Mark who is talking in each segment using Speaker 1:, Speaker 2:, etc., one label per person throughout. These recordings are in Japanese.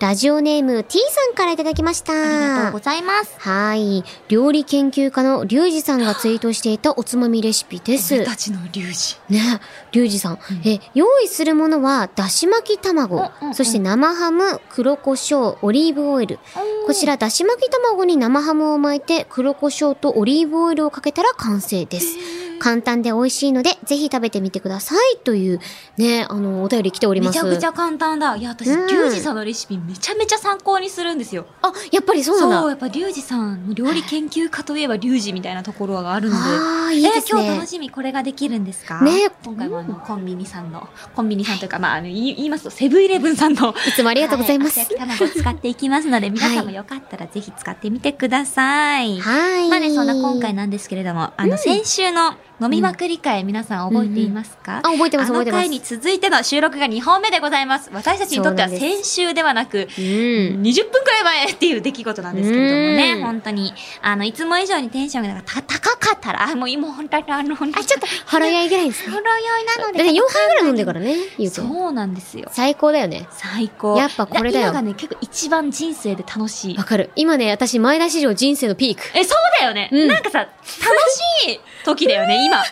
Speaker 1: ラジオネーム T さんからいただきました。
Speaker 2: ありがとうございます。
Speaker 1: はい。料理研究家のリュウジさんがツイートしていたおつまみレシピです。
Speaker 2: 俺
Speaker 1: ね
Speaker 2: たちの龍二。
Speaker 1: リュウジさん。え、用意するものは、だし巻き卵、
Speaker 2: うんうん
Speaker 1: そして生ハム、黒胡椒、オリーブオイル。こちら、だし巻き卵に生ハムを巻いて、黒胡椒とオリーブオイルをかけたら完成です。簡単で美味しいので、ぜひ食べてみてください。という、ね、あの、お便り来ており
Speaker 2: め
Speaker 1: ます。
Speaker 2: ちゃくちゃ簡単だ。いや、私、リ
Speaker 1: うん
Speaker 2: ュウジさんのレシピめちゃめちゃ参考にするんですよ。
Speaker 1: あ、やっぱりそうなんだ。
Speaker 2: やっぱリュウジさん、料理研究家といえばリュウジみたいなところがあるので。
Speaker 1: ああ、いいですね。
Speaker 2: えー今日楽しみ、これができるんですか
Speaker 1: ね
Speaker 2: 今回もあの、コンビニさんの、コンビニさんというか、まあ、あの、言い言いますと、セブンイレブンさんの、
Speaker 1: いつもありがとうございます。
Speaker 2: はい厚焼き卵を使っていきますので、皆さんもよかったらぜひ使ってみてください。
Speaker 1: はい。
Speaker 2: まあね、そんな今回なんですけれども、あの、先週の飲みまくり会、皆さん覚えていますか、
Speaker 1: あ、覚えてます、覚えて
Speaker 2: あの
Speaker 1: ま
Speaker 2: 回に続いての収録が2本目でございます。私たちにとっては
Speaker 1: そうなんで
Speaker 2: 先週ではなく、
Speaker 1: す。うん。
Speaker 2: 20分くらい前っていう出来事なんですけれども
Speaker 1: う
Speaker 2: ね、
Speaker 1: ん
Speaker 2: 本当に。あの、いつも以上にテンションがた高かったら、あもう今本当にあの、あ、
Speaker 1: あ、ちょっと、ほろ酔いぐらいですね。
Speaker 2: ほろ酔い
Speaker 1: だ
Speaker 2: な
Speaker 1: っ
Speaker 2: の
Speaker 1: て
Speaker 2: で。
Speaker 1: 4杯ぐらい飲んでからね、ゆうくん。
Speaker 2: そうなんですよ。
Speaker 1: 最高だよね。
Speaker 2: 最高。
Speaker 1: やっぱこれだよ
Speaker 2: 今がね、結構一番人生で楽しい
Speaker 1: わ。かる。今ね、私、前田史上人生のピーク。
Speaker 2: え、そうだよね。
Speaker 1: うん
Speaker 2: なんかさ、楽しい時だよ ね、今。なんか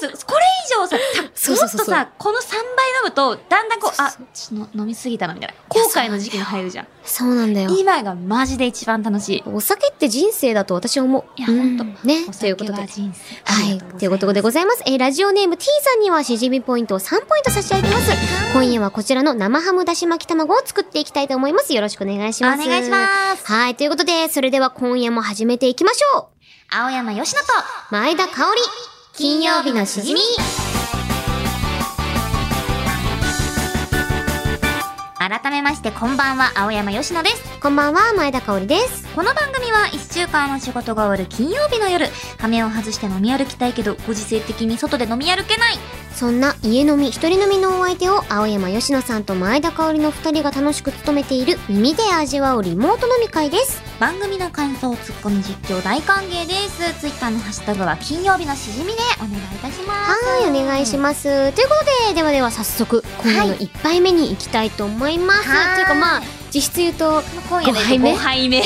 Speaker 2: さ、これ以上さ、た
Speaker 1: そうそうそうそう
Speaker 2: もっとさ、この3倍飲むと、だんだんこう、
Speaker 1: そうそう
Speaker 2: あ、ちょっと飲みすぎたな、みたいな。後悔の時期に入るじゃん。
Speaker 1: そうなんだよ。
Speaker 2: 今がマジで一番楽しい。
Speaker 1: お酒って人生だと私は思う。
Speaker 2: いやほんと
Speaker 1: うんねと
Speaker 2: お、
Speaker 1: い
Speaker 2: 酒
Speaker 1: うことで
Speaker 2: は。人生。
Speaker 1: はい。ということでご
Speaker 2: ざ
Speaker 1: ざ
Speaker 2: い
Speaker 1: います。えーラジオネーム T さんにはしじみポイントを3ポイント差し上げます。今夜はこちらの生ハムだし巻き卵を作っていきたいと思います。よろしくお願いします。
Speaker 2: お願いします
Speaker 1: はい。ということで、それでは今夜も始めていきましょう。
Speaker 2: 青山よしと、
Speaker 1: 前田香織金曜日のしじみ
Speaker 2: 改めましてこんばんは、青山よしです。
Speaker 1: こんばんは、前田香織です。
Speaker 2: この番組は1週間の仕事が終わる金曜日の夜、仮面を外して飲み歩きたいけど、ご時世的に外で飲み歩けない。
Speaker 1: そんな家飲み、一人飲みのお相手を青山吉野さんと前田香織の二人が楽しく務めている耳で味わうリモート飲み会です。
Speaker 2: 番組の感想、ツッコミ、実況大歓迎です。ツイッターのハッシュタグは金曜日のしじみでお願いいたしま
Speaker 1: は
Speaker 2: す。
Speaker 1: ーい、お願いします。ということで、ではでは早速、今夜の一杯目に行きたいと思います。
Speaker 2: は
Speaker 1: とい
Speaker 2: い
Speaker 1: うかまあ、実質言うと、
Speaker 2: す。今夜
Speaker 1: ご杯目
Speaker 2: 5杯目。い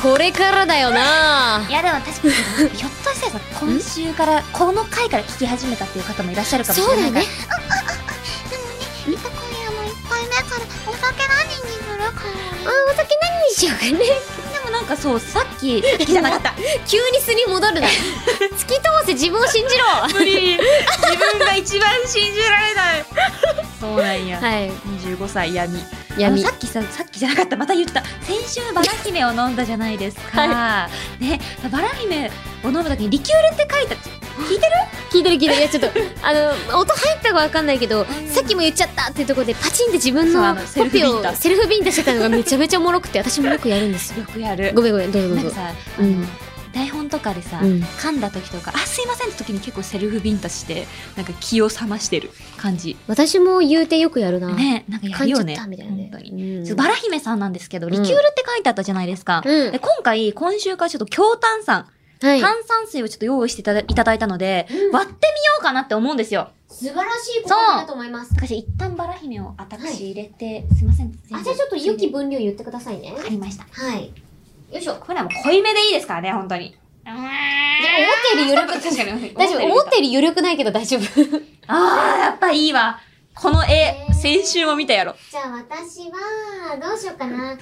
Speaker 1: これからだよな
Speaker 2: やでも確かに、ひょっとしたらさ今週から、この回から聞き始めたっていう方もいらっしゃるかもし
Speaker 1: そう
Speaker 2: れ
Speaker 1: だ
Speaker 2: ないから
Speaker 1: ね。。
Speaker 2: 今夜も1杯目からお酒何にするか
Speaker 1: あ、お酒何にしようかね。
Speaker 2: でもなんかそう、さっき、さっきじゃなかった。
Speaker 1: 急に巣に戻るな。突き通せ自分を信じろ。
Speaker 2: 無理。自分が一番信じられない。そうなんや。
Speaker 1: はい。
Speaker 2: 25歳闇
Speaker 1: 闇
Speaker 2: あの。さっきささっきじゃなかったまた言った先週バラ姫を飲んだじゃないですか、ねバラ姫を飲む時にリキュールって書いた聞いてる
Speaker 1: 聞いてる聞いてるいやちょっとあの音入ったかわかんないけど、
Speaker 2: ん
Speaker 1: さっきも言っちゃったっていうところでパチンって自分
Speaker 2: そう
Speaker 1: の
Speaker 2: あのセ
Speaker 1: コ
Speaker 2: ルフビ
Speaker 1: ピ
Speaker 2: ン
Speaker 1: ー
Speaker 2: タ
Speaker 1: をセルフビンタしてたのがめちゃめちゃおもろくて私もよくやるんですよ
Speaker 2: よくやる
Speaker 1: ごめんごめんどうぞど
Speaker 2: な
Speaker 1: うん
Speaker 2: か
Speaker 1: ぞ
Speaker 2: さ、
Speaker 1: うん
Speaker 2: あの台本とかでさ、
Speaker 1: うん
Speaker 2: 噛んだ時とか「あすいません」って時に結構セルフビンタしてなんか気を覚ましてる感じ
Speaker 1: 私も言うてよくやるな、
Speaker 2: ねなんかや
Speaker 1: 感
Speaker 2: る
Speaker 1: じちゃっ
Speaker 2: よね
Speaker 1: たみたいなね
Speaker 2: 本当に
Speaker 1: うん
Speaker 2: ちょっとバラ姫さんなんですけど、
Speaker 1: ん
Speaker 2: リキュールって書いてあったじゃないですか。
Speaker 1: うん
Speaker 2: で今回、今週からちょっと強炭酸、
Speaker 1: はい
Speaker 2: 炭酸水をちょっと用意していただいただいたので、
Speaker 1: うん
Speaker 2: 割ってみようかなって思うんですよ。
Speaker 1: 素晴らしい
Speaker 2: ことだなと
Speaker 1: 思います
Speaker 2: 私、一旦バラ姫を私入れて、すいません。全部
Speaker 1: 分量言ってくださいね
Speaker 2: わかりました。
Speaker 1: はい
Speaker 2: よいしょ。これはもう濃いめでいいですからね、本当に。うーん
Speaker 1: より緩く
Speaker 2: 確かに。
Speaker 1: 大丈夫思ったより緩くないけど大丈夫じ
Speaker 2: あー、やっぱいいわ。この絵
Speaker 1: え、ー
Speaker 2: 先週も見たやろ。
Speaker 1: ゃあ私はどうしようかな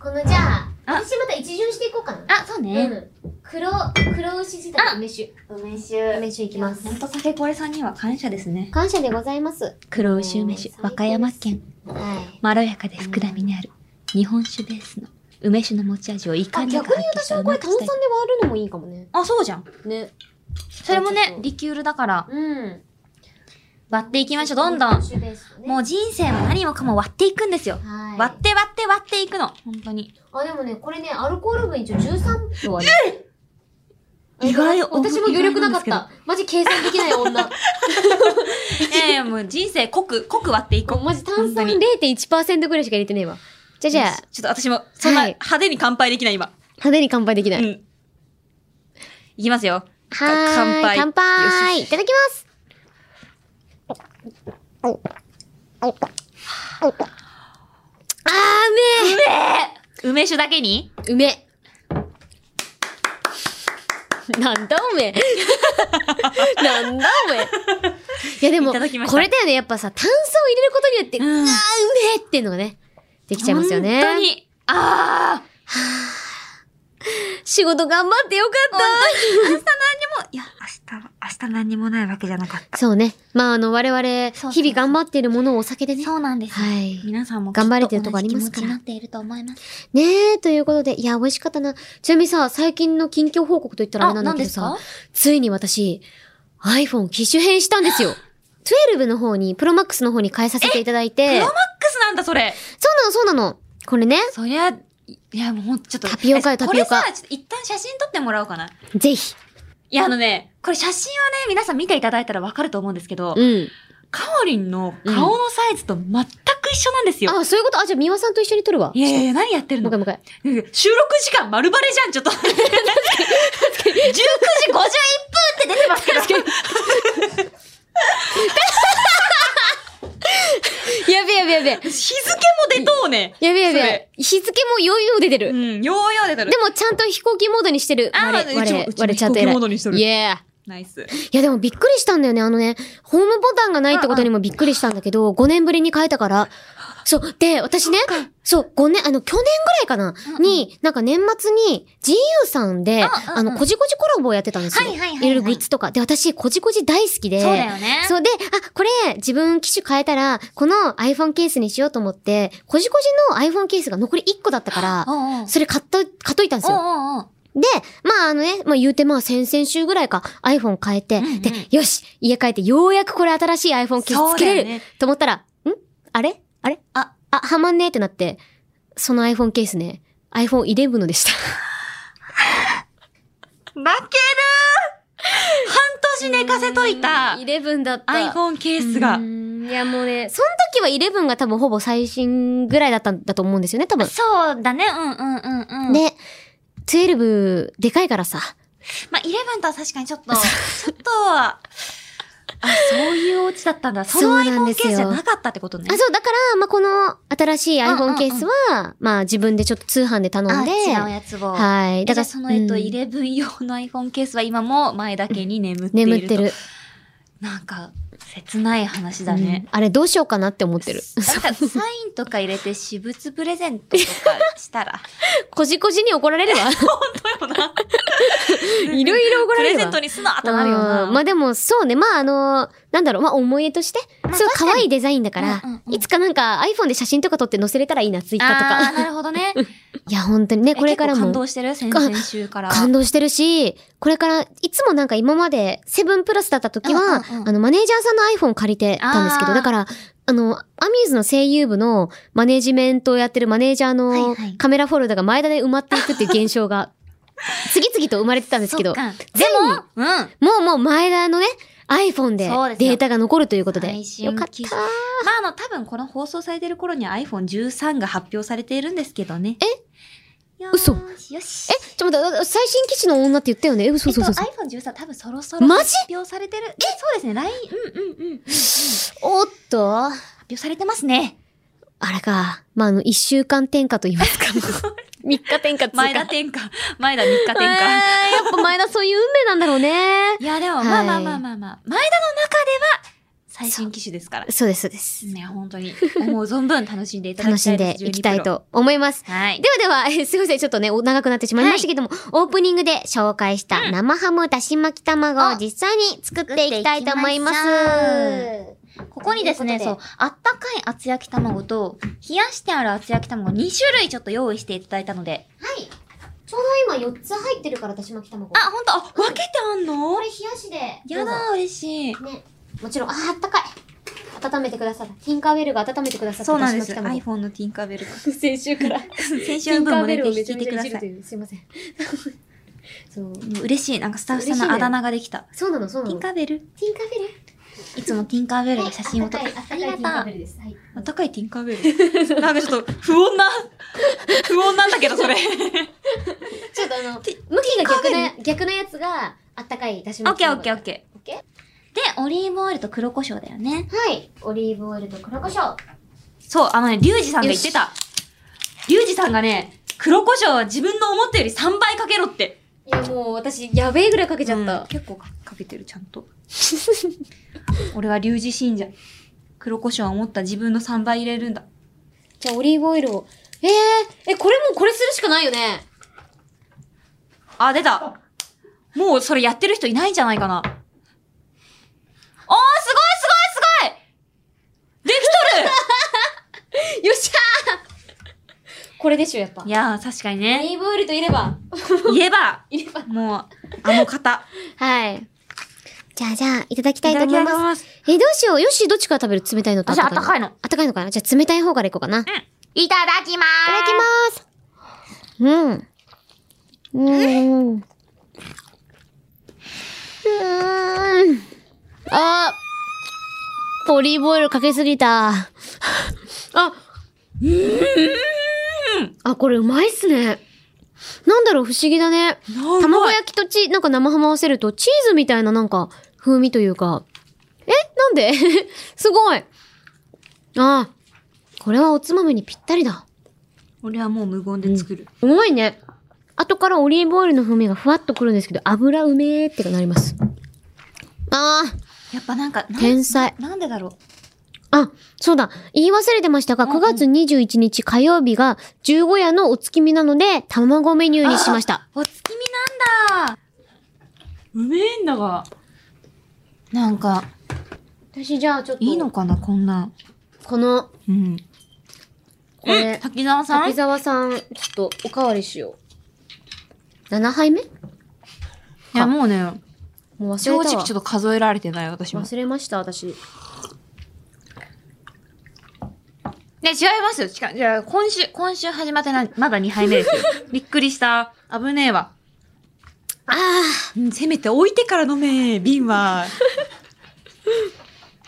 Speaker 1: このじゃあ
Speaker 2: あ
Speaker 1: また一巡していこうかな
Speaker 2: あ、そうね。
Speaker 1: うん、黒、黒牛仕立
Speaker 2: あ
Speaker 1: て梅酒。梅酒。梅酒いきます
Speaker 2: ほ。んとカフェコレさんには感謝ですね。
Speaker 1: 感謝でございます。
Speaker 2: 黒牛梅酒、和歌山県、
Speaker 1: はい。
Speaker 2: まろやかで福田みにある、日本酒ベースの梅酒の持ち味をいか
Speaker 1: あ、
Speaker 2: にか
Speaker 1: 逆に
Speaker 2: 発揮し
Speaker 1: 私
Speaker 2: た
Speaker 1: はこれ炭酸
Speaker 2: うま
Speaker 1: で
Speaker 2: くしたい
Speaker 1: 割るのもいいかもね。
Speaker 2: あ、そうじゃん。
Speaker 1: ね。
Speaker 2: それも
Speaker 1: そうそう
Speaker 2: ね
Speaker 1: そ、う
Speaker 2: リキュールだから、
Speaker 1: うん。
Speaker 2: 割っていきましょう、どんどん。も
Speaker 1: う。
Speaker 2: う人生も何もかも割っていくんですよ。
Speaker 1: はい。
Speaker 2: 割って割って割っていくの。本当に。
Speaker 1: あ、でもね、これね、アルコール分一応13度ある。
Speaker 2: 意外
Speaker 1: 私も余力なかっ
Speaker 2: 意外なん
Speaker 1: た。マジ計算できない 女。
Speaker 2: いやいや、もう人生濃く、濃く割っていこう。
Speaker 1: マジ炭酸
Speaker 2: 本当に
Speaker 1: 0.1%ぐらいしか入れて ねえわ。じゃあじゃあ
Speaker 2: よし、ちょっと私も、そんな
Speaker 1: はい
Speaker 2: 派手に乾杯できない今。
Speaker 1: 派手に乾杯できな
Speaker 2: う
Speaker 1: い。
Speaker 2: ん。いきますよ。
Speaker 1: はーい。
Speaker 2: 乾杯
Speaker 1: 乾
Speaker 2: よ
Speaker 1: 杯いただきます
Speaker 2: 梅酒だけに
Speaker 1: 梅。なんだおめえ。 なんだおめえ。いやでも、
Speaker 2: いただきました
Speaker 1: これだよね。やっぱさ、炭素を入れることによって、う
Speaker 2: う
Speaker 1: わ
Speaker 2: ん
Speaker 1: ー、うめえっていうのがね、できちゃいますよね。
Speaker 2: 本当に。あー
Speaker 1: 仕事頑張ってよかっ。
Speaker 2: でも、いや、明日は、明日何にもないわけじゃなかった
Speaker 1: そうね。まあ、あの、我々、
Speaker 2: そうそう
Speaker 1: 日々頑張っているものをお酒で
Speaker 2: た。
Speaker 1: ね。
Speaker 2: そうなんですよ。
Speaker 1: はい。
Speaker 2: 皆さんも
Speaker 1: 頑張れてるとこありますから
Speaker 2: きっと同じ気持ちになっていると思います。
Speaker 1: ねえ、ということで、いや、美味しかったな。ちなみにさ、最近の近況報告と言ったらあれなんだけどさ、ついに私、iPhone 機種変したんですよ。12の方に、Pro Max の方に変えさせていただい
Speaker 2: プロ
Speaker 1: て、
Speaker 2: マッ
Speaker 1: そう
Speaker 2: クスなんだ、それ。
Speaker 1: なの、そうなの。これね、
Speaker 2: そりゃ、いや、もうほんとちょっと。
Speaker 1: タピオカよ
Speaker 2: え
Speaker 1: タピオカ
Speaker 2: これさ、ちょっと一旦写真撮ってもらおうかな。
Speaker 1: ぜひ。
Speaker 2: いや、あのね、これ写真はね、皆さん見ていただいたらわかると思うんですけど、
Speaker 1: うん。
Speaker 2: カオリンの顔のサイズと全く一緒なんですよ。
Speaker 1: あ、そういうことあ、じゃあ、美輪さんと一緒に撮るわ。
Speaker 2: いやいやいや、何やってる
Speaker 1: もう一
Speaker 2: の
Speaker 1: 回もう一 回。
Speaker 2: 収録時間丸バレじゃん、ちょっと。19時51分って出てますけど。
Speaker 1: やべえやべえやべえ。
Speaker 2: 日付も出とうね。
Speaker 1: やべえやべ
Speaker 2: そ
Speaker 1: え
Speaker 2: れ。
Speaker 1: 日付もよいよ出てる。
Speaker 2: うん、ようよう出てる
Speaker 1: で。も、ちゃんと飛行機モードにしてる。
Speaker 2: あー
Speaker 1: 我
Speaker 2: うち
Speaker 1: 々、
Speaker 2: も
Speaker 1: 我
Speaker 2: うちも
Speaker 1: 々ちゃんと偉
Speaker 2: 飛行機モードにしてる
Speaker 1: い。イエーイ。
Speaker 2: ナイス。
Speaker 1: いやでもびっくりしたんだよね。あのね、ホームボタンがないってことにもびっくりしたんだけど、5年ぶりに変えたから。そう。で、私ね、そう、5年、あの、去年ぐらいかな
Speaker 2: うんう、ん
Speaker 1: に、なんか年末に GU さんで、
Speaker 2: うんうんうん
Speaker 1: あの、こじこじコラボをやってたんですよ。
Speaker 2: はいはいはいはい
Speaker 1: ろいろグッズとか。で、私、こじこじ大好きで。
Speaker 2: そうだよね。
Speaker 1: そうで、あ、これ、自分機種変えたら、この iPhone ケースにしようと思って、こじこじの iPhone ケースが残り1個だったから、
Speaker 2: おうおう
Speaker 1: それ買った、買っといたんですよ。
Speaker 2: おうおうおう
Speaker 1: で、まああのね、まあ言うてまあ先々週ぐらいか iPhone 変えて、
Speaker 2: うんうん
Speaker 1: で、よし家帰ってようやくこれ新しい iPhone ケースつけれる、
Speaker 2: そうだよね
Speaker 1: と思ったら、んあれあれ
Speaker 2: あ、
Speaker 1: あ、はまんねえってなって、その iPhone ケースね、iPhone11 のでした。
Speaker 2: 負ける半年寝かせといた
Speaker 1: 11だった。
Speaker 2: iPhone ケースが
Speaker 1: う。ーんいやもうね、その時は11が多分ほぼ最新ぐらいだったんだと思うんですよね、多分。
Speaker 2: そうだね、うんうんうんうん。
Speaker 1: で、12でかいからさ、
Speaker 2: まあ、11とは確かにちょっと、ちょっとは、あ、そういうお家だったんだ。その
Speaker 1: そうなん
Speaker 2: iPhone ケ
Speaker 1: ですよ
Speaker 2: ースじゃなかったってことね。
Speaker 1: あ、そう、だから、まあ、この新しい
Speaker 2: うんう
Speaker 1: iPhone
Speaker 2: んうん
Speaker 1: ケースは、まあ、自分でちょっと通販で頼んで、
Speaker 2: あ違うやつを。
Speaker 1: はい。
Speaker 2: だ
Speaker 1: だ
Speaker 2: か
Speaker 1: からら、
Speaker 2: その、えっと、
Speaker 1: うん
Speaker 2: 11用の iPhone ケースは今も前だけに眠っていると。
Speaker 1: 眠ってる。
Speaker 2: なんか、切ない話だね
Speaker 1: うん。あれ、どうしようかなって思 ってる。
Speaker 2: なんか、サインとか入れて私物プレゼントとかしたら。
Speaker 1: こじこじに怒られ るわ。
Speaker 2: そうよな。
Speaker 1: いろいろ怒られるわ
Speaker 2: プレゼントにすなってなるよな。
Speaker 1: うんまあでも、そうね。まああの、なんだろう、まあ思い出として、
Speaker 2: まあ
Speaker 1: すごい可愛いデザインだから、
Speaker 2: うんうんうん
Speaker 1: いつかなんか iPhone で写真とか撮って載せれたらいいな、ツイッターと
Speaker 2: あーな
Speaker 1: か。
Speaker 2: るほどね。
Speaker 1: いや、本当にね、
Speaker 2: え
Speaker 1: これから
Speaker 2: 結構感
Speaker 1: も
Speaker 2: 動してる先々週から。
Speaker 1: 感動してるし、これから、いつもなんか今まで7プラスだった時は、
Speaker 2: うんうんうん
Speaker 1: あの、マネージャーさんの iPhone 借りてたんですけ
Speaker 2: あ
Speaker 1: ど、
Speaker 2: ー
Speaker 1: だから、あの、アミューズの声優部のマネージメントをやってるマネージャー
Speaker 2: はい
Speaker 1: の
Speaker 2: はい
Speaker 1: カメラフォルダが前田で埋まっていくっていう現象 が、次々と生まれてたんですけど、
Speaker 2: そっか
Speaker 1: ついに
Speaker 2: でも、うん。
Speaker 1: もうもう前田のね、iPhone で
Speaker 2: そうですよ
Speaker 1: データが残るということで。
Speaker 2: 最新
Speaker 1: よかっ
Speaker 2: 機
Speaker 1: た。
Speaker 2: 種まあ、あの、多分この放送されてる頃には iPhone13 が発表されているんですけどね。えよーし
Speaker 1: 嘘
Speaker 2: よし。
Speaker 1: え、ちょっと待って、最新機種の女って言ったよね。え、嘘
Speaker 2: えっと、
Speaker 1: そうそうそう。
Speaker 2: iPhone13 多分そろそろ
Speaker 1: マジ
Speaker 2: 発表されてる。えそうですね。LINE、うんうんうん。発
Speaker 1: おっと、
Speaker 2: 表されてますね。
Speaker 1: あれか。まあ、あの、一週間転嫁と言い ますか。三日転嫁
Speaker 2: 前田
Speaker 1: 転
Speaker 2: 天下。前田3日天
Speaker 1: 嫁。
Speaker 2: 下。
Speaker 1: えーやっぱ前田そういう運命なんだろうね。
Speaker 2: いや、でも、
Speaker 1: はい
Speaker 2: まあまあまあまあまあ。前田の中では最新機種ですから。
Speaker 1: そうです、そうです。
Speaker 2: ね、本当に。思う存分楽しんでいただ
Speaker 1: 楽
Speaker 2: き
Speaker 1: したん
Speaker 2: い
Speaker 1: で
Speaker 2: です。
Speaker 1: いきたい
Speaker 2: 12プロ。
Speaker 1: と思います。
Speaker 2: はい。
Speaker 1: ではではえー、すいません。ちょっとね、お長くなってしまいましたけども、オープニングで紹介した生ハムだし巻き卵を
Speaker 2: お
Speaker 1: 実際に作っていきたいと思います。
Speaker 2: ここにですね、
Speaker 1: とい
Speaker 2: そうう、あったかい厚焼き卵と、冷やしてある厚焼き卵2種類ちょっと用意していただいたので。
Speaker 1: はい。ちょうど今4つ入ってるから、だし巻き卵。
Speaker 2: あ、ほんと、あ、分けてあんの
Speaker 1: これ冷やしで。
Speaker 2: やだ、嬉しい。
Speaker 1: ね。もちろん、あー、あったかい。温めてくださった。ティンカーベルが温めてくださった。
Speaker 2: そうなんです。
Speaker 1: だし巻き
Speaker 2: iPhone のティンカー ベル。
Speaker 1: 卵先週 から。
Speaker 2: 先週の分もね、ぜひ聞いてくださ
Speaker 1: いじ
Speaker 2: い。
Speaker 1: るとう。すいません。そう。
Speaker 2: もう嬉しい。なんかスタッフさん
Speaker 1: 嬉しい
Speaker 2: の
Speaker 1: ね
Speaker 2: あだ名ができた。
Speaker 1: そうなの、そう
Speaker 2: テ
Speaker 1: な
Speaker 2: ィン
Speaker 1: の。テ
Speaker 2: カーベル
Speaker 1: ィンカーベル
Speaker 2: いつもティンカーベルで写真を撮って。ありがとう。
Speaker 1: です。はい。
Speaker 2: あったかいティンカーベル。なんかちょっと不穏な、不穏なんだけど、 それ。
Speaker 1: ちょっとあの、向きが逆な、逆なやつが、あったかい出し
Speaker 2: オ
Speaker 1: ま
Speaker 2: ッ
Speaker 1: す。
Speaker 2: ケーオッケーオッケ
Speaker 1: オッケー。
Speaker 2: ー。で、オリーブオイルと黒胡椒だよね。
Speaker 1: はい。オリーブオイルと黒胡椒。
Speaker 2: そう、あのね、リュウジさんが言ってた。リュウジさんがね、黒胡椒は自分の思ったより3倍かけろって。
Speaker 3: いやもう私、やべえぐらいかけちゃっ
Speaker 2: うん
Speaker 3: た。
Speaker 2: 結構かかけてる、ちゃん と。俺は龍二信者。黒胡椒は思った自分の3倍入れるんだ。
Speaker 3: じゃあオリーブオイルを。えー、え、これもうこれするしかないよね。
Speaker 2: あ、出た。もうそれやってる人いないんじゃないかな。おー、すごいすごいすごいできと
Speaker 3: よっしゃーこれでしょ、やっぱ。
Speaker 2: るいやー、確かに
Speaker 3: オ
Speaker 2: ね。
Speaker 3: リーブオイルといれば。
Speaker 2: 言えば、
Speaker 3: いれば。
Speaker 2: もう、あの方。
Speaker 1: はい。じゃあじゃあ、いただきたいと思います。
Speaker 2: す。
Speaker 1: え、どうしよう。よし、どっちから食べる冷たいのと
Speaker 2: 私、あったか
Speaker 1: い
Speaker 2: いの。
Speaker 1: あったかいのかなじゃあ冷たい方からいこうかな。いただ
Speaker 2: いただきまー
Speaker 1: きます。うん。うん。うーん。あーオリーブオイルかけすぎた。あ、あ、これうまいっすね。なんだろう、不思議だね。
Speaker 2: す。なんだ
Speaker 1: 卵焼きとチ、なんか生ハム合わせるとチーズみたいななんか風味というか。えなんで すごい。ああ。これはおつまみにぴったりだ。
Speaker 2: 俺はもう無言で作る。
Speaker 1: うまいね。後からオリーブオイルの風味がふわっとくるんですけど、油うめーってなります。ああ。
Speaker 2: やっぱなんか、なん
Speaker 1: 天才。
Speaker 2: なんでだろ
Speaker 1: あ、そうだ。言い忘れてましたが、
Speaker 2: うんうん
Speaker 1: 9月21日火曜日が十五夜のお月見なので、卵メニューにしました。
Speaker 2: う。お月見なんだうめえんだが。なんか、
Speaker 1: 私じゃあちょっと、
Speaker 2: いいのかな、こんな。
Speaker 1: この、
Speaker 2: うん。
Speaker 1: これ、
Speaker 2: うん滝沢さん
Speaker 1: 滝沢さん、ちょっとおかわりしよう。7杯目
Speaker 2: いや、もうね、
Speaker 1: もう
Speaker 2: 正
Speaker 1: 忘れ
Speaker 2: 直
Speaker 1: た
Speaker 2: ちょ
Speaker 1: わ
Speaker 2: っ。と数えられてない、私も。
Speaker 1: 忘れました、私。
Speaker 2: ね、違いますよ。違う。じゃあ、今週、今週始まってな、まだ2杯目 ですよ。びっくりした。危ねえわ。
Speaker 1: ああ、
Speaker 2: うんせめて置いてから飲め、瓶 は。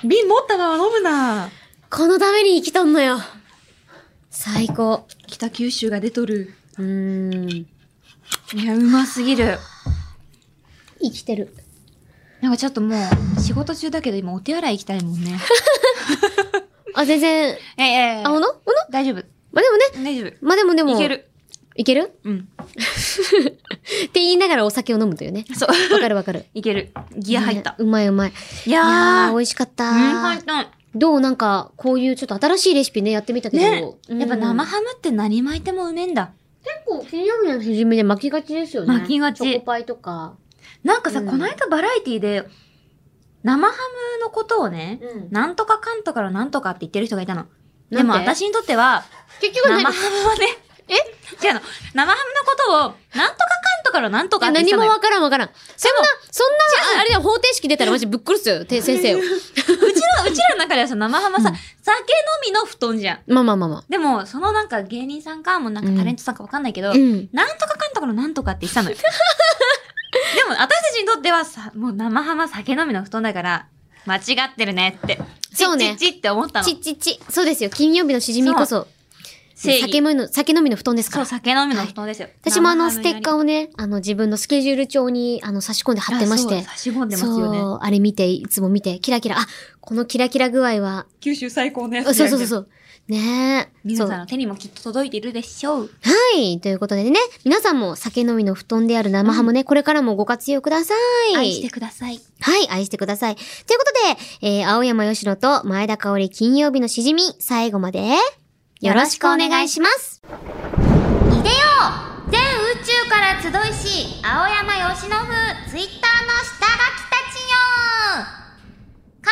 Speaker 2: 瓶持ったまま飲むな。
Speaker 1: このために生きとんのよ。最高。
Speaker 2: 北九州が出とる。
Speaker 1: うーん。
Speaker 2: いや、うますぎる。
Speaker 1: 生きてる。
Speaker 2: なんかちょっともう、仕事中だけど今お手洗い行きたいもん ね。
Speaker 1: あ、全然、
Speaker 2: ええええ
Speaker 1: あ、ほのほの
Speaker 2: 大丈夫。
Speaker 1: まあ、でもね、
Speaker 2: 大丈夫。
Speaker 1: まあでもでも、
Speaker 2: いけ。る。
Speaker 1: いける
Speaker 2: うん。
Speaker 1: って言いながらお酒を飲むというね。
Speaker 2: そう。
Speaker 1: わかるわかる。
Speaker 2: いける。ギア入っ
Speaker 1: ね
Speaker 2: た。
Speaker 1: うまいうまい。
Speaker 2: い
Speaker 1: いや
Speaker 2: や
Speaker 1: ー、
Speaker 2: ー。
Speaker 1: 美
Speaker 2: うん、
Speaker 1: 味しかった。
Speaker 2: 入った。
Speaker 1: どうなんか、こういうちょっと新しいレシピね、やってみたけど。
Speaker 2: ね
Speaker 1: うん
Speaker 2: やっぱ生ハムって何巻いてもうめえんだ。
Speaker 1: 結構金曜日のしじみで巻きがちですよね。
Speaker 2: 巻きがち
Speaker 1: チョコパイとか。
Speaker 2: なんかさ、
Speaker 1: うん
Speaker 2: この間バラエティで、生ハムのことをね、
Speaker 1: うん。
Speaker 2: なんとかかんとからなんとかって言ってる人がいたの。
Speaker 1: て
Speaker 2: でも私にとっては、
Speaker 1: 結局
Speaker 2: 生
Speaker 1: 何
Speaker 2: ハムはね、え違うの。生ハムのことを、なんとかかんとからなんとかって言っ
Speaker 1: 何
Speaker 2: てた
Speaker 1: も
Speaker 2: のよ。
Speaker 1: わからんわからん。そんな、そんな、あれだよ、方程式出たらマジぶっ殺すよ、て先生を。
Speaker 2: うちら、うちらの中ではさ、生ハムはさ、酒飲みの布団じゃん。
Speaker 1: まあまあまあま
Speaker 2: でも、そのなんか芸人さんか、もうなんかタレントさんかわかんないけど、
Speaker 1: あ。うん。
Speaker 2: なんとかかんとかのなんとかって言っ てたのよ。でも、私たちにとってはさ、もう生ハマ酒飲みの布団だから、間違ってるねって。
Speaker 1: そうね
Speaker 2: ちっちっちって思ったの
Speaker 1: ち。っちっち。そうですよ、金曜日のしじみこそ、
Speaker 2: 正
Speaker 1: 酒
Speaker 2: 義。
Speaker 1: 飲みの、酒飲みの布団ですか
Speaker 2: そう、
Speaker 1: ら。
Speaker 2: 酒飲みの布団ですよ。
Speaker 1: 私もあの、ステッカー
Speaker 2: を
Speaker 1: をね、あの、自分のスケジュール帳に、あの、差し込んで貼ってまして。
Speaker 2: 差し込んでますよね。
Speaker 1: そう、あれ見て、いつも見て、キラキラ、あ、このキラキラ具合は、
Speaker 2: 九州最高のや
Speaker 1: あそうそうそうそう。ねえ。そ
Speaker 2: 皆
Speaker 1: う
Speaker 2: さんの手にもきっと届いているでしょう。
Speaker 1: はい。ということでね、皆さんも酒飲みの布団である生ハムね、これからもご活用ください。
Speaker 2: 愛してください。
Speaker 1: はい、愛してください。ということで、えー、青山よしろと前田香織金曜日のしじみ、最後まで、よろしくお願いします。
Speaker 3: いでよ全宇宙から集いし、青山由伸、ツイッターの下書きたちよ
Speaker 2: か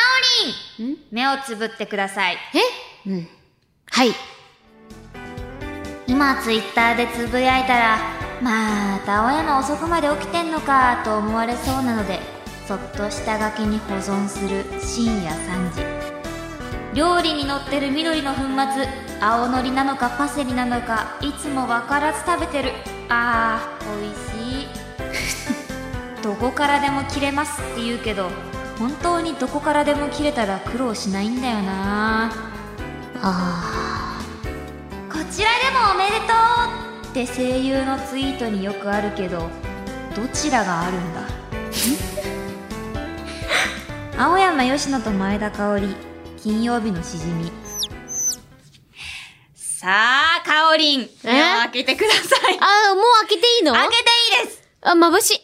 Speaker 2: おりん目をつぶってください。
Speaker 1: うん。はい。
Speaker 3: 今ツイッターでつぶやいたらまた青山遅くまで起きてんのかと思われそうなのでそっと下書きに保存する深夜3時料理に乗ってる緑の粉末青のりなのかパセリなのかいつも分からず食べてるあー美味しいどこからでも切れますって言うけど本当にどこからでも切れたら苦労しないんだよな
Speaker 1: あ
Speaker 3: こちらでもおめでとうって声優のツイートによくあるけどどちらがあるん だ青山佳乃と前田香織金曜日のしじみ
Speaker 2: さあ、かおりん。
Speaker 1: え
Speaker 2: 目を開けてください。
Speaker 1: あー、もう開けていいの
Speaker 2: 開けていいです
Speaker 1: あ、眩し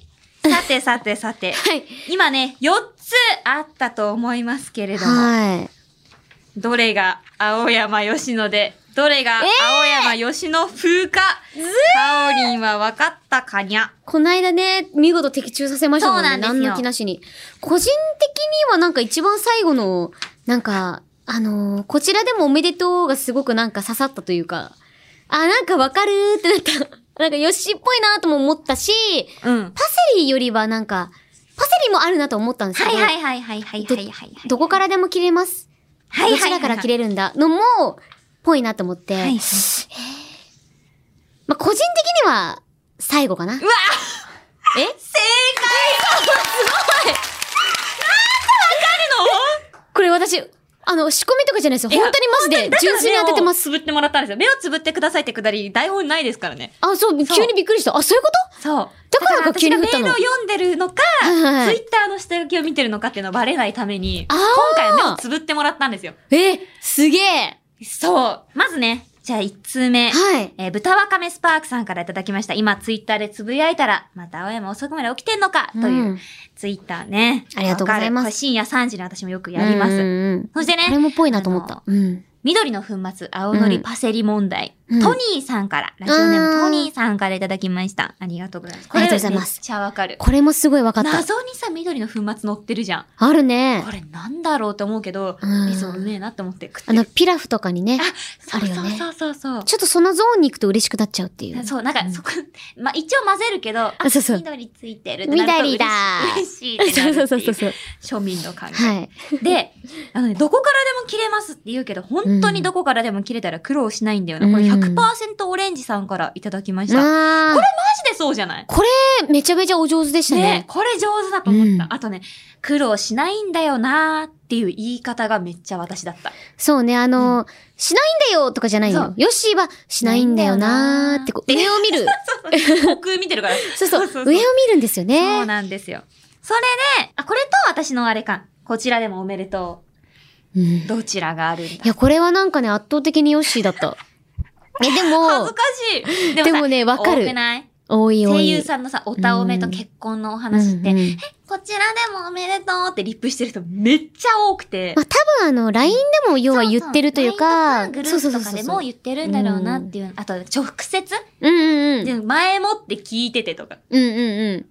Speaker 1: い。
Speaker 2: さてさてさて。
Speaker 1: はい。
Speaker 2: 今ね、4つあったと思いますけれども、
Speaker 1: はい。
Speaker 2: どれが青山吉野で、どれが青山吉野風か、かおりんは分かったかにゃ。
Speaker 1: こないだね、見事的中させましたもんね。
Speaker 2: そうなんですよ
Speaker 1: 何の気なしに。個人的にはなんか一番最後の、なんか、あのーこちらでもおめでとうがすごくなんか刺さったというか、あ、なんかわかるーってなった。 なんかよしっぽいなーとも思ったし、
Speaker 2: うん。
Speaker 1: パセリよりはなんか、パセリもあるなと思ったんですけ
Speaker 2: は
Speaker 1: ど、
Speaker 2: いはいはいはいはいはいはいはい。
Speaker 1: どこからでも切れます。
Speaker 2: はいはいはいは
Speaker 1: ど
Speaker 2: い
Speaker 1: ちらから切れるんだのも、ぽいなと思って、
Speaker 2: はいはい
Speaker 1: まあ、個人的には、最後かな。
Speaker 2: うわえ正解すごいなんでわか
Speaker 1: これ私、あの、仕込みとかじゃないですよ。
Speaker 2: るの
Speaker 1: 本当にマジで、純粋に当ててま
Speaker 2: だから
Speaker 1: す。
Speaker 2: 目をつぶってもらったんですよ。目をつぶってくださいってくだり、台本ないですからね。
Speaker 1: あ、そう、
Speaker 2: そう
Speaker 1: 急にびっくりした。あ、そういうこ
Speaker 2: そう。
Speaker 1: だからか急に降ったの
Speaker 2: だから私がメールを読んでるのか、
Speaker 1: とはいはいは
Speaker 2: ツイ
Speaker 1: い。
Speaker 2: ッターの下書きを見てるのかっていうのをバレないために、
Speaker 1: あー
Speaker 2: 今回は目をつぶってもらったんですよ。
Speaker 1: え、すげえ。
Speaker 2: そう。まずね、じゃあ1通目。
Speaker 1: はい。
Speaker 2: えー豚わかめスパークさんからいただきました。今、ツイッターでつぶやいたら、また青山遅くまで起きてんのか、という、
Speaker 1: ん
Speaker 2: ツイッターね。
Speaker 1: ありがとうございます
Speaker 2: わかるこれ深夜3時に私もよくやりま
Speaker 1: うん
Speaker 2: す。
Speaker 1: うんうん
Speaker 2: そして
Speaker 1: あれ
Speaker 2: ね、
Speaker 1: もぽいなと思った。うん。
Speaker 2: 緑の粉末、青のり
Speaker 1: うん
Speaker 2: パセリ問題、
Speaker 1: うん
Speaker 2: トニーさんから、ラジオネーム
Speaker 1: あー
Speaker 2: トニーさんからいただきました。ありがとうございます。
Speaker 1: ありがとうございます
Speaker 2: これめっちゃわかる。
Speaker 1: これもすごい分かった。
Speaker 2: 謎にさ、緑の粉末乗ってるじゃん。
Speaker 1: あるね
Speaker 2: こ。れなんだろうって思うけど、
Speaker 1: うん
Speaker 2: えそう、うめえなって思って食って
Speaker 1: あ
Speaker 2: る。
Speaker 1: の、ピラフとかにね
Speaker 2: あ、そ
Speaker 1: あ
Speaker 2: う
Speaker 1: るよね
Speaker 2: そうそうそう
Speaker 1: ちょっとそのゾーンに行くと嬉しくなっちゃうってい
Speaker 2: そう。
Speaker 1: う。
Speaker 2: そう、なんか、そこ、 まあ、一応混ぜるけど、あ、
Speaker 1: そうそう
Speaker 2: 緑ついてるってなると嬉しい
Speaker 1: 緑だー
Speaker 2: 嬉しいってな
Speaker 1: そ
Speaker 2: る
Speaker 1: う
Speaker 2: ってい
Speaker 1: そうそうそうそう。
Speaker 2: 庶民の感じ。
Speaker 1: はい。
Speaker 2: で、あのね、どこからでも切れますって言うけど、本当にどこからでも切れたら苦労しないんだよな。これ
Speaker 1: うん
Speaker 2: 100%オレンジさんからいただきました。マ
Speaker 1: ああ。
Speaker 2: ジでそうじゃない
Speaker 1: これ、めちゃめちゃお上手でした
Speaker 2: ね
Speaker 1: ね、。
Speaker 2: これ上手だと思った。
Speaker 1: うん
Speaker 2: あとね、苦労しないんだよなーっていう言い方がめっちゃ私 だった。
Speaker 1: そうね、あの、しないんだよとかじゃない
Speaker 2: そ
Speaker 1: よ
Speaker 2: う。
Speaker 1: ヨッシーはしないんだよなーってこう、上を見 る。
Speaker 2: 航空見てるから。
Speaker 1: そうそう、
Speaker 2: そうそうそう
Speaker 1: 上を見るんですよ
Speaker 2: そ
Speaker 1: ね
Speaker 2: う。なんですよ。それで、あ、これと私のあれか。こちらでもおめでと
Speaker 1: うん
Speaker 2: う。
Speaker 1: い
Speaker 2: どちらがあるんだ。
Speaker 1: や、これはなんかね、圧倒的にヨッシーだ った。え、で
Speaker 2: 恥ず
Speaker 1: も、
Speaker 2: かしい。で
Speaker 1: でもね、わか
Speaker 2: 多く
Speaker 1: る。
Speaker 2: ない
Speaker 1: 多い多
Speaker 2: 声優
Speaker 1: い。
Speaker 2: さんのさ、おたおめと結婚のお話って、
Speaker 1: うんうん
Speaker 2: こちらでもおめでとうってリップしてる人めっちゃ多くて
Speaker 1: ま。あ、多分あの、LINE でも要は言ってるというか、
Speaker 2: LINE とグループとかでも
Speaker 1: う。
Speaker 2: 言ってるんだろうなっていう。あと、直接、
Speaker 1: うんうんうん。
Speaker 2: で前もって聞いててとか。
Speaker 1: うんうんうん。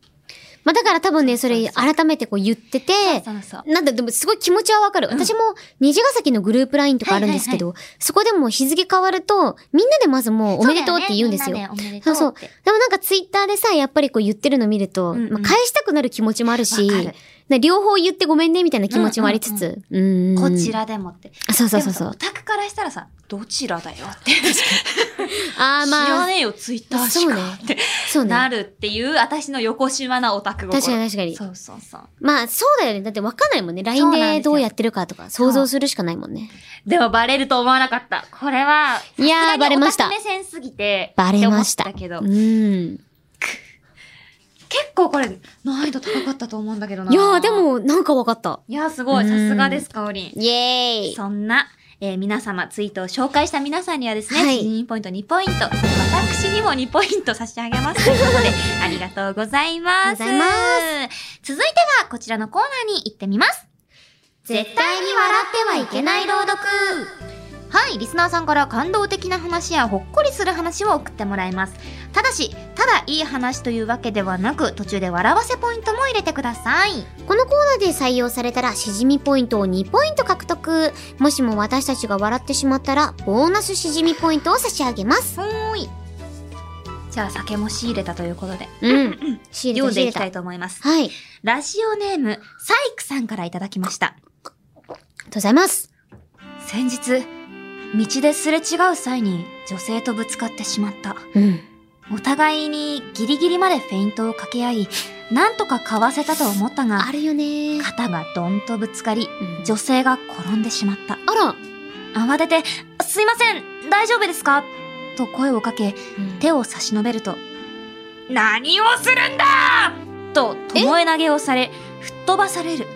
Speaker 1: まあ、だから多分ね、そ
Speaker 2: そう
Speaker 1: れ
Speaker 2: そうそ
Speaker 1: 改めてこう言ってて、
Speaker 2: そうそう。
Speaker 1: なんだ、でもすごい気持ちはわかる。
Speaker 2: ん
Speaker 1: 私も、虹ヶ崎のグループラインとかあるんですけど、そこでも日付変わると、みんなでまずもうおめでとうって言うんですよ。
Speaker 2: そうだねみんなでおめでと
Speaker 1: そううそう。
Speaker 2: っ
Speaker 1: で
Speaker 2: て。
Speaker 1: もなんかツイッターでさ、やっぱりこう言ってるの見ると、
Speaker 2: うんうん
Speaker 1: まあ、返したくなる気持ちもあるし
Speaker 2: わかる、
Speaker 1: な両方言ってごめんねみたいな気持ちもありつつ、うんうんうん
Speaker 2: こち。らでもって。
Speaker 1: あそうそうそうそ
Speaker 2: でも
Speaker 1: う
Speaker 2: さ。オタクからしたらさ、どちらだよって。
Speaker 1: ああ、
Speaker 2: 知ら
Speaker 1: まあ、
Speaker 2: ねえよ、ツイッターしか。って
Speaker 1: そう
Speaker 2: な
Speaker 1: ね。
Speaker 2: るっていう、私の横島なオタク心。
Speaker 1: 確かに確かに。
Speaker 2: そうそうそう。
Speaker 1: まあ、そうだよね。だってわかんないもんね。LINE
Speaker 2: そうなんです
Speaker 1: で
Speaker 2: よ
Speaker 1: どうやってるかとか、
Speaker 2: う
Speaker 1: 想像するしかないもんね。
Speaker 2: でもバレると思わなかった。これは、
Speaker 1: いやー、バレました
Speaker 2: さ。すがにオタク目線すぎて、
Speaker 1: バレました。
Speaker 2: って思ったけど
Speaker 1: う、ん。
Speaker 2: 結構これ、難易度高かったと思うんだけどな。
Speaker 1: いやー、で。も、なんかわかった。
Speaker 2: いやー、すごい。
Speaker 1: うん
Speaker 2: さすがです、かおりん。
Speaker 1: イエーイ
Speaker 2: そんな、えー皆様、ツイートを紹介した皆さんにはですね、
Speaker 1: はい
Speaker 2: 2ポイント2ポイント、私にも2ポイント差し上げますという ことで、ありがとうございます。
Speaker 1: ありがとうご
Speaker 2: 続いては、こちらのコーナーに行ってみます。
Speaker 3: 絶対に笑ってはいけない朗読
Speaker 2: はい、リスナーさんから感動的な話やほっこりする話を送ってもらいます。ただし、ただいい話というわけではなく、途中で笑わせポイントも入れてください。
Speaker 1: このコーナーで採用されたら、しじみポイントを2ポイント獲得。もしも私たちが笑ってしまったら、ボーナスしじみポイントを差し上げます。
Speaker 2: はーい。じゃあ、酒も仕入れたということで、
Speaker 1: うん。仕入
Speaker 2: 読
Speaker 1: れた、仕入れ
Speaker 2: んでいきたい
Speaker 1: た。
Speaker 2: と思います。
Speaker 1: はい。ありが
Speaker 2: ラジオネーム、サイクさんからいただきました。
Speaker 1: とうございます。
Speaker 2: 先日、道ですれ違う際に女性とぶつかってしまった。
Speaker 1: うん。
Speaker 2: お互いにギリギリまでフェイントを掛け合い、なんとかかわせたと思ったが
Speaker 1: あ、るよね
Speaker 2: 肩がドンとぶつかり、
Speaker 1: うん
Speaker 2: 女性が転んでしまった。
Speaker 1: あら。
Speaker 2: 慌てて、すいません大丈夫ですかと声をかけ、手を差し伸べると、何をするんだと、巴投げをされ、吹っ飛ばされる。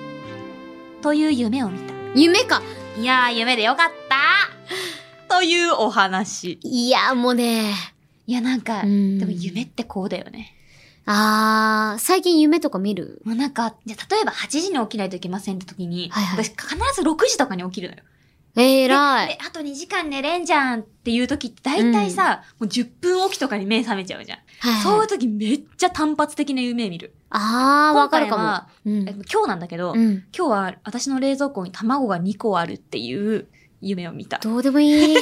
Speaker 2: という夢を見た。
Speaker 1: 夢か。
Speaker 2: いやー、夢でよかった。というお話。
Speaker 1: いや、もうね。
Speaker 2: いや、なんか、
Speaker 1: うん
Speaker 2: でも夢ってこうだよね。
Speaker 1: あー、最近夢とか見る
Speaker 2: もうなんか、じゃあ例えば8時に起きないといけませんって時に、
Speaker 1: はいはい
Speaker 2: 私必ず6時とかに起きるのよ。
Speaker 1: え
Speaker 2: で
Speaker 1: らい。
Speaker 2: であと2時間寝れんじゃんっていう時って大体さ、もう10分起きとかに目覚めちゃうじゃん。
Speaker 1: はい
Speaker 2: そうい
Speaker 1: は
Speaker 2: う
Speaker 1: い。
Speaker 2: 時めっちゃ単発的な夢見る。
Speaker 1: あー、わかるかも。う
Speaker 2: え
Speaker 1: ん。
Speaker 2: 今日なんだけど、
Speaker 1: うん。
Speaker 2: 今日は私の冷蔵庫に卵が2個あるっていう夢を見た。
Speaker 1: どうでも いい。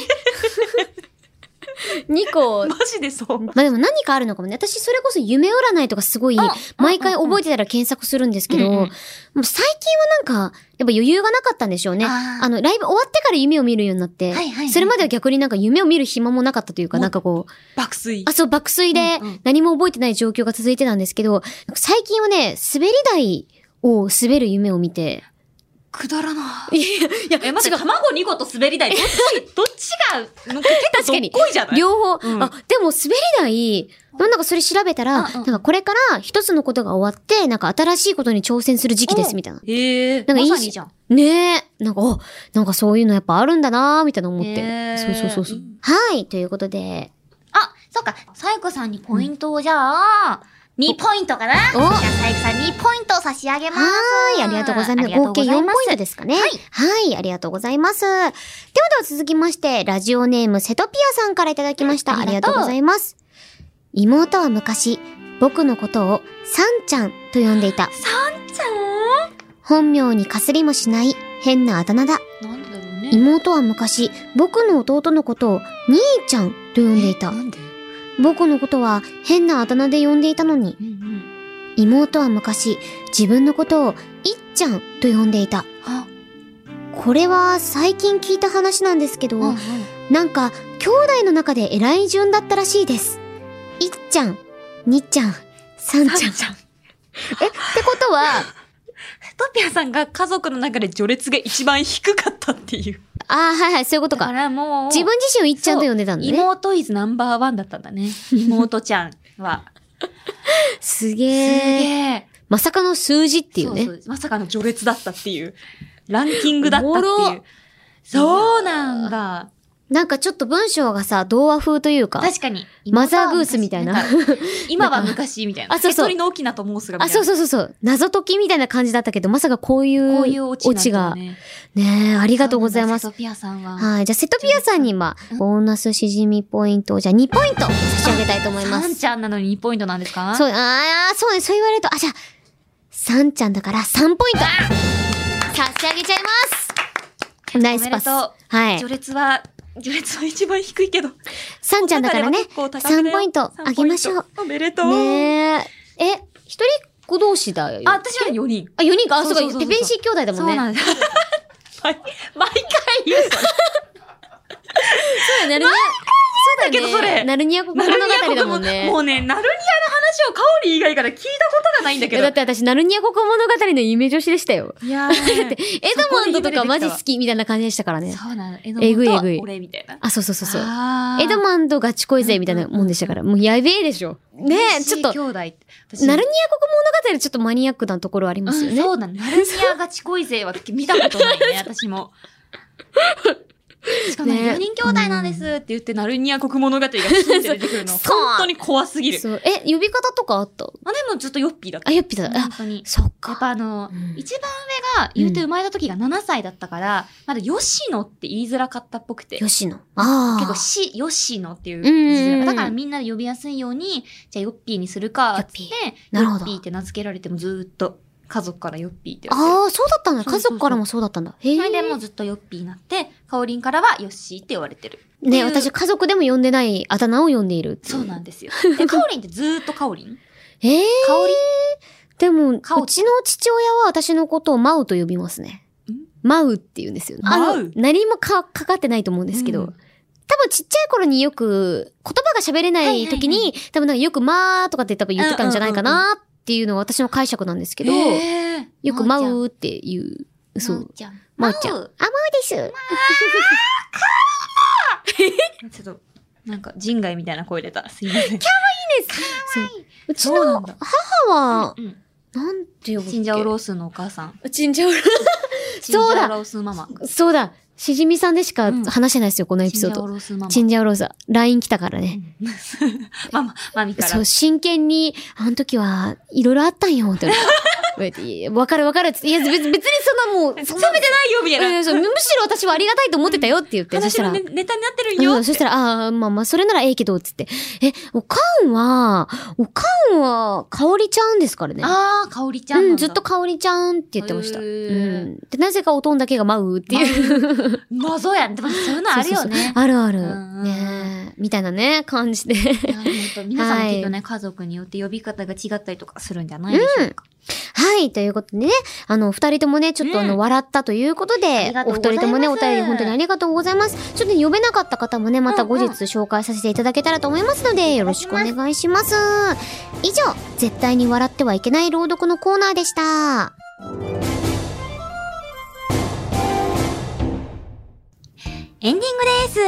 Speaker 1: 2個。
Speaker 2: マジでそ う。
Speaker 1: まあでも何かあるのかもね。私それこそ夢占いとかすごい
Speaker 2: あ、
Speaker 1: 毎回覚えてたら検索するんですけど、
Speaker 2: うんうん
Speaker 1: もう最近はなんか、やっぱ余裕がなかったんでしょうね。
Speaker 2: あー
Speaker 1: あの、ライブ終わってから夢を見るようになって、
Speaker 2: はいはいはい
Speaker 1: それまでは逆になんか夢を見る暇もなかったというか、
Speaker 2: もう
Speaker 1: なんかこう、
Speaker 2: 爆睡
Speaker 1: あ、。そう、爆睡で
Speaker 2: うんうん
Speaker 1: 何も覚えてない状況が続いてたんですけど、なんか最近はね、滑り台を滑る夢を見て、
Speaker 2: くだらない
Speaker 1: や、
Speaker 2: え、待って、卵2個と滑り台、どっ ち、どっちが、なんか
Speaker 1: 確か
Speaker 2: 結構ど
Speaker 1: に
Speaker 2: っこいじゃない
Speaker 1: 両方、
Speaker 2: うん
Speaker 1: あ、でも滑り台、なんかそれ調べたら、
Speaker 2: うんうん
Speaker 1: なんかこれから一つのことが終わって、なんか新しいことに挑戦する時期ですみたいな。
Speaker 2: ええ
Speaker 1: なんかいいし
Speaker 2: まさにじゃん。
Speaker 1: ねえ。なんか、お、なんかそういうのやっぱあるんだなーみたいな思って。
Speaker 2: ねえ
Speaker 1: そうそうそうそう。はい、ということで。
Speaker 3: あ、そっか、サイコさんにポイントをじゃあ、2ポイントかなじゃ
Speaker 1: お
Speaker 3: あ、サイコさん2ポイントを差し上げます。
Speaker 1: はい、ありがとうございます。合計4ポイントですかね。
Speaker 3: は
Speaker 1: はいい、ありがとうございます。ではでは続きまして、ラジオネームセトピアさんからいただきました。
Speaker 3: うんあ
Speaker 1: あ
Speaker 3: りが
Speaker 1: りが
Speaker 3: と
Speaker 1: と
Speaker 3: う
Speaker 1: うございます。妹は昔、僕のことをサンちゃんと呼んでいた。
Speaker 2: ちゃ
Speaker 1: 本名にかすりもしない変なあだ名だ。
Speaker 2: んなんでだろうね。
Speaker 1: 妹は昔、僕の弟のことを兄ちゃんと呼んでいた
Speaker 2: な。んで
Speaker 1: 僕のことは変なあだ名で呼んでいたのに、
Speaker 2: うんうん。
Speaker 1: 妹は昔、自分のことをいっちゃんと呼んでいた。
Speaker 2: あ、
Speaker 1: これは最近聞いた話なんですけど、
Speaker 2: うんうん。
Speaker 1: なんか兄弟の中で偉い順だったらしいです。いっちゃん、にっちゃん、さんちゃん。
Speaker 2: ちゃん。
Speaker 1: ってことは、
Speaker 2: トピアさんが家族の中で序列が一番低かったっていう。
Speaker 1: ああ、はいはい、そういうこと
Speaker 2: だ
Speaker 1: か。
Speaker 2: からもう、
Speaker 1: 自分自身をいっちゃんと呼んでたんだね。
Speaker 2: 妹イズナンバーワンだったんだ ね。妹ちゃんは。
Speaker 1: す
Speaker 2: すげ
Speaker 1: げえ。
Speaker 2: え。
Speaker 1: まさかの数字っていうね。
Speaker 2: そうそうまさかの序列だったっていう。ランキングだったって
Speaker 1: おも
Speaker 2: いう
Speaker 1: ろ。
Speaker 2: そうなんだ。
Speaker 1: なんかちょっと文章がさ、童話風というか、
Speaker 2: 確かに。
Speaker 1: マザーグースみたいな。
Speaker 2: 今は昔みたいな。
Speaker 1: あそうそう
Speaker 2: 手取りの大きなと申すがみた
Speaker 1: あ、
Speaker 2: いな。
Speaker 1: そうそうそうそう。謎解きみたいな感じだったけど、まさかこういう
Speaker 2: こういうオチ
Speaker 1: オチ
Speaker 2: な
Speaker 1: が
Speaker 2: んだ。ね。
Speaker 1: ねえ、あり
Speaker 2: あ
Speaker 1: がとうございます。
Speaker 2: トピアさんは。
Speaker 1: はい。じゃあ、セトピアさんに、まあ、ボーナスしじみポイントを、じゃあ2ポイント差し上げたいと思いま
Speaker 2: サン
Speaker 1: す。
Speaker 2: ちゃんなのに2ポイントなんですか
Speaker 1: そう、ああ、そうね、そう言われると、あ、じゃあ、サンちゃんだから3ポイント差し上げちゃいますナイスパス。
Speaker 2: おめでと
Speaker 1: はい
Speaker 2: 序。列は、序列は一番低いけど。
Speaker 1: サンちゃんだからね、3ポイントあげましょう。。
Speaker 2: おめでとう。
Speaker 1: ねえ。え、一人っ子同士だよ。
Speaker 2: あ、私は4人。
Speaker 1: あ、4人か。あ、
Speaker 2: そ
Speaker 1: そうう
Speaker 2: そうそう
Speaker 1: か。ペペンシー兄弟だもんね。
Speaker 2: んです。 毎毎回言うそれ
Speaker 1: そうだよね。
Speaker 2: だけどそれ
Speaker 1: ナルニア国
Speaker 2: ナ
Speaker 1: 物
Speaker 2: ル
Speaker 1: 語
Speaker 2: ニア国
Speaker 1: だ
Speaker 2: 語
Speaker 1: もんね。
Speaker 2: もうね、ナルニアの話をカオリ以外から聞いたことがないんだ
Speaker 1: い
Speaker 2: け
Speaker 1: や
Speaker 2: ど。
Speaker 1: だって私、ナルニア国物語の夢女子でしたよ。
Speaker 2: いやー、 だって、
Speaker 1: エドモンドとかマジ好きみたいな感じでしたからね。
Speaker 2: そうなの。え
Speaker 1: えぐいえぐい
Speaker 2: 俺みたいな。
Speaker 1: あ、そうそうそうそう。
Speaker 2: あー
Speaker 1: エドマンドガチ恋勢みたいなもんでしたから、もうやべえでしょ。ねえ、ちょっと、ナルニ
Speaker 2: 兄弟って。
Speaker 1: ア国物語よりちょっとマニアックなところありますよね。
Speaker 2: そうなの。ナルニアガチ恋勢は見たことない ね、私も。しかも
Speaker 1: ね
Speaker 2: 4人兄弟なんですって言って、ナルニア国物語がピンって出てく るの。
Speaker 1: そう
Speaker 2: 本当に怖すぎる。
Speaker 1: そうえ、呼び方とかあった
Speaker 2: あ、でもずっとヨッピーだった
Speaker 1: あ、。ヨッピだ。あ
Speaker 2: 本、当に。
Speaker 1: そっ
Speaker 2: やっ
Speaker 1: か。
Speaker 2: ぱあの、
Speaker 1: うん
Speaker 2: 一番上が、言うて生まれた時が7歳だったから、まだ吉野って言いづらかったっぽくて。結
Speaker 1: 吉野。ああ。
Speaker 2: 構、し、吉野っていう
Speaker 1: うんうんうん
Speaker 2: 言いづらかっただからみんなで呼びやすいように、じゃあヨッピーにするか、つって
Speaker 1: ヨッ、
Speaker 2: ヨ
Speaker 1: なるほど
Speaker 2: ッピーって名付けられてもずーっと、家族からヨッピーって言われて。
Speaker 1: ああ、そうだったんだ。
Speaker 2: そうそう
Speaker 1: 家
Speaker 2: そう
Speaker 1: 族からもそうだったんだ。へ
Speaker 2: それで
Speaker 1: え。
Speaker 2: もうずっとヨッピーになって、カオリンからはヨッシーって言われてる。
Speaker 1: ね、私家族でも呼んでないあだ名を呼んでいるってい
Speaker 2: そうなんですよ。で、カオリンってずーっとカオリン
Speaker 1: ええ
Speaker 2: カオリ
Speaker 1: でも、う
Speaker 2: カオ
Speaker 1: ちの父親は私のことをマウと呼びますね
Speaker 2: ん。
Speaker 1: マウって言うんですよ。
Speaker 2: マウ
Speaker 1: あの何もか、かかってないと思うんですけど。
Speaker 2: うん
Speaker 1: 多分ちっちゃい頃によく言葉が喋れない時に、
Speaker 2: はいは
Speaker 1: 多分なんかよくまーとかって多分言ってたんじゃないかなっていうのは私の解釈なんですけど、
Speaker 2: へー
Speaker 1: よくマ
Speaker 2: マウ
Speaker 1: ウっていう、
Speaker 2: ち
Speaker 1: そ
Speaker 2: ゃん。マウ
Speaker 1: う。
Speaker 2: ちゃん。
Speaker 1: マウちゃん。あ、マウです。
Speaker 2: ちょっと、なんか人外みたいな声出た。すいません。
Speaker 1: うち
Speaker 2: そうな
Speaker 1: の
Speaker 2: んだ
Speaker 1: 母は、
Speaker 2: うん
Speaker 1: なんて呼ぶっけ
Speaker 2: チンジャオロースのお母さん。
Speaker 1: チンジャオロー。
Speaker 2: チンジャ
Speaker 1: そうだ
Speaker 2: オロースママ。
Speaker 1: そうだしじみさんでしか
Speaker 2: うん
Speaker 1: 話してないですよ、このエピソー
Speaker 2: チンジャオ
Speaker 1: ド。
Speaker 2: ロースママ。
Speaker 1: チンジャオロース、LINE 来たからね。
Speaker 2: ママ、マミから。
Speaker 1: そう、真剣に、あの時はいろいろあったんよ、って言われていや。 わかるわかるっつって、いや別別にそんなもう、 そんな
Speaker 2: 冷めてないよみたいな。
Speaker 1: うんそうむしろ私はありがたいと思ってたよって 言って、そした
Speaker 2: 話の
Speaker 1: ら、
Speaker 2: ネネタになってるん
Speaker 1: う
Speaker 2: よ
Speaker 1: ん。そしたら、ああー、まあまあ、それならええけど、っつって。え、おかんは、おかんは、かおりちゃんですからね。
Speaker 2: あー、かおりちゃんな
Speaker 1: う
Speaker 2: んだ。
Speaker 1: ん、ずっとかおりちゃんって言ってました。
Speaker 2: へ
Speaker 1: う
Speaker 2: ー
Speaker 1: ん。で、なぜかおとんだけが舞うっていう。
Speaker 2: 謎やん。でもそういうのあるよね。
Speaker 1: あるある
Speaker 2: うんうん。
Speaker 1: ねえみたいなね、感 じで。
Speaker 2: いやでも本当皆さんもきっとね、家族によって呼び方が違ったりとかするんじゃないでしょうか。
Speaker 1: はい、ということでね、あの、二人ともね、ちょっとあの、
Speaker 2: うん
Speaker 1: 笑ったということ
Speaker 2: り
Speaker 1: で
Speaker 2: が、と
Speaker 1: お
Speaker 2: うご
Speaker 1: 二
Speaker 2: ざい
Speaker 1: 人
Speaker 2: ま
Speaker 1: と
Speaker 2: す
Speaker 1: もね、お便り本当にありがとうございます。ちょっとね、呼べなかった方もね、また後日
Speaker 2: うんうん
Speaker 1: 紹介させていただけたらと思いますので、よろしくお願いします。以上、絶対に笑ってはいけない朗読のコーナーでした。
Speaker 2: エンディ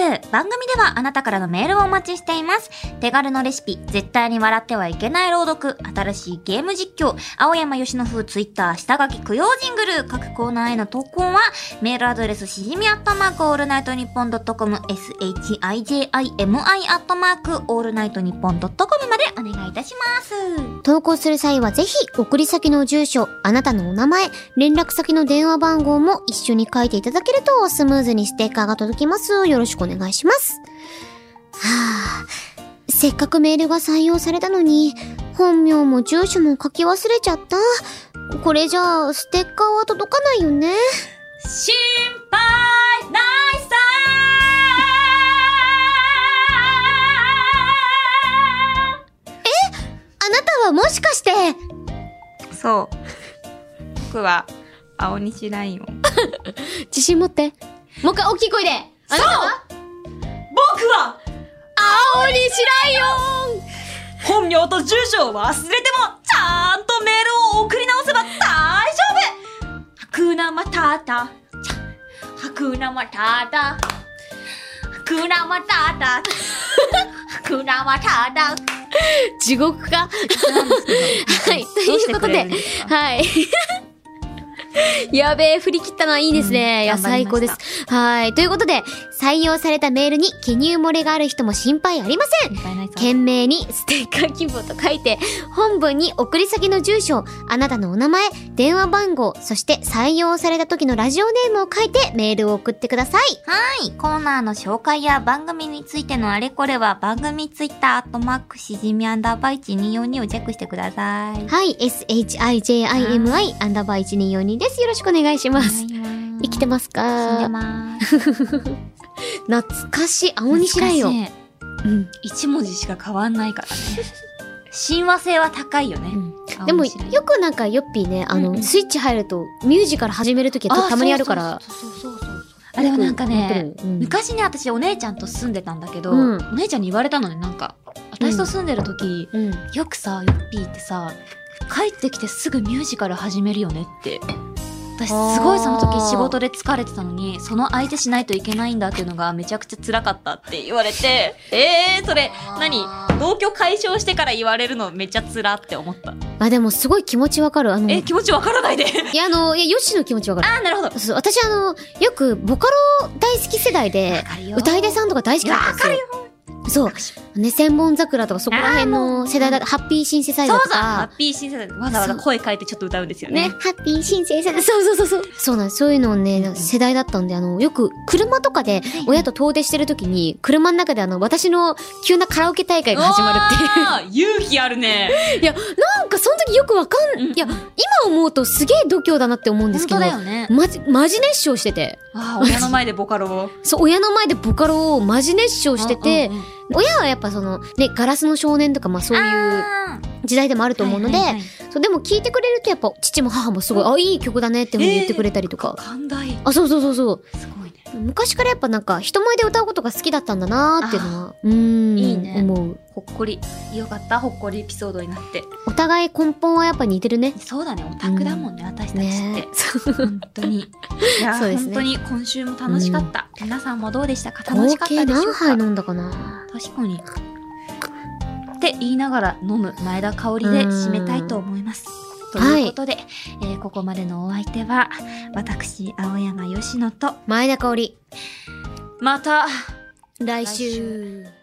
Speaker 2: ングです。番組ではあなたからのメールをお待ちしています。手軽のレシピ、絶対に笑ってはいけない朗読、新しいゲーム実況、青山よしの風ツイッター、下書き供養ジングル、各コーナーへの投稿は、メールアドレス、しじみアットマーク、オールナイトニッポンドットコム、shijimi アットマーク、オールナイトニッポンドットコムまでお願いいたします。
Speaker 1: 投稿する際はぜひ、送り先の住所、あなたのお名前、連絡先の電話番号も一緒に書いていただけると、スムーズにステッカーが届きます。よろしくお願いします。はぁ、せっかくメールが採用されたのに、本名も住所も書き忘れちゃった。これじゃあ、ステッカーは届かないよね。
Speaker 2: 心配ないさ
Speaker 1: あなたはもしかして、
Speaker 2: そう。僕は、青西ラインを。
Speaker 1: 自信持って。もう一回大きい声で。あなたは
Speaker 2: 僕は、
Speaker 1: 青にしライオン
Speaker 2: 本名と住所を忘れても、ちゃんとメールを送り直せば大丈夫ハクナマタータ。ハクナマタータ。ハクナマタータ。ハクナマタータ。
Speaker 1: 地獄かはいということではい。 やべえ、振り切ったな、いいですね。
Speaker 2: うん
Speaker 1: いや、
Speaker 2: 頑張
Speaker 1: 最
Speaker 2: りま
Speaker 1: 高
Speaker 2: した
Speaker 1: です。はい。ということで、採用されたメールに記入漏れがある人も心配ありません。懸命にステッカー希望と書いて、本文に送り先の住所、あなたのお名前、電話番号、そして採用された時のラジオネームを書いてメールを送ってください。
Speaker 2: はい。コーナーの紹介や番組についてのあれこれは番組ツイッターアットマークしじみアンダーバー1242をチェックしてください。
Speaker 1: はい。shijimi アンダーバー1242です。よろしくお願いします。生きてます
Speaker 2: 死んで
Speaker 1: か
Speaker 2: ます。
Speaker 1: 懐かしい。青西ライオン。
Speaker 2: 懐かし
Speaker 1: うん
Speaker 2: い。一文字しか変わんないからね。親和性は高いよね。
Speaker 1: でも
Speaker 2: 青白い
Speaker 1: よくなんかヨッピーねあの、
Speaker 2: うんうん
Speaker 1: スイッチ入るとミュージカル始める時
Speaker 2: あ
Speaker 1: たたまにあるから。
Speaker 2: そうそうそうそうそうあ、でもなんかね、
Speaker 1: うん
Speaker 2: 昔ね、私お姉ちゃんと住んでたんだけど、
Speaker 1: うん
Speaker 2: お姉ちゃんに言われたのね、なんか、私と住んでる時、
Speaker 1: うん
Speaker 2: よくさ、ヨッピーってさ、帰ってきてすぐミュージカル始めるよねって。私すごいその
Speaker 1: あ
Speaker 2: 時
Speaker 1: ー
Speaker 2: 仕事で疲れてたのに、その相手しないといけないんだっていうのがめちゃくちゃ辛かったって言われて、えー、それ、何同居解消してから言われるのめっちゃ辛って思った。
Speaker 1: あでもすごい気持ちわかるあの
Speaker 2: え、
Speaker 1: い
Speaker 2: 気持ちわからないで。
Speaker 1: やあのいやヨッシーの気持ちわかる
Speaker 2: あー、なるほど。わ
Speaker 1: そう私あのよくボカロ大好き世代で
Speaker 2: かるよ。
Speaker 1: 歌い手さんとか大好きだったんですよ
Speaker 2: そう。そう
Speaker 1: そうね千本桜とかそこら辺の世代だハッピーシンセサイザー
Speaker 2: そう
Speaker 1: と
Speaker 2: そう。ハ
Speaker 1: か
Speaker 2: ッピーシンセサイザーわざわざ声変えてちょっと歌うんですよ
Speaker 1: ね、
Speaker 2: ね。
Speaker 1: ハッピーシンセサイザーそうそうそうそうそうなんですそういうのをねなんか世代だったんであのよく車とかで
Speaker 2: はい
Speaker 1: 親と遠出してる時に車の中であの私の急なカラオケ大会が始まるっていう
Speaker 2: っていう。勇気あるね。
Speaker 1: なんかその時よくわかん、
Speaker 2: う
Speaker 1: い
Speaker 2: ん
Speaker 1: や、今思うとすげえ度胸だなって思うんです
Speaker 2: 本
Speaker 1: けど
Speaker 2: 当、だよね。
Speaker 1: マジ、マジ熱唱してて。
Speaker 2: あー親の前でボカロを。
Speaker 1: そう、親の前でボカロをマジ熱唱してて、
Speaker 2: うんうんうん
Speaker 1: 親はやっぱその、ね、ガラスの少年とかまあそういう
Speaker 2: あー
Speaker 1: 時代でもあると思うので、
Speaker 2: はいはいはい
Speaker 1: そう、でも聞いてくれるとやっぱ父も母もすごい、あ、いい曲だねってふうに言ってくれたりとか。
Speaker 2: 寛大
Speaker 1: あ、そうそうそうそう。
Speaker 2: すごいね
Speaker 1: 昔からやっぱなんか人前で歌うことが好きだったんだなーっていうのは、うーん、
Speaker 2: いいね
Speaker 1: 思う。
Speaker 2: ほっこりよかったほっこりエピソードになって
Speaker 1: お互い根本はやっぱ似てるね。
Speaker 2: そうだねオタクだもんね、私たち
Speaker 1: ね
Speaker 2: っ
Speaker 1: そう
Speaker 2: て本当 にいや、
Speaker 1: そうです
Speaker 2: 本
Speaker 1: ね
Speaker 2: 当に今週も楽しかった、皆さんもどうでしたか楽
Speaker 1: 合
Speaker 2: しかった
Speaker 1: 計
Speaker 2: でしょう
Speaker 1: 何杯
Speaker 2: か
Speaker 1: 飲んだかな
Speaker 2: 確かにって言いながら飲む前田香織で締めたいと思いますということで、えーここまでのお相手は、私、青山吉野と、
Speaker 1: 前田香織、
Speaker 2: また、
Speaker 1: 来
Speaker 2: 来週
Speaker 1: 週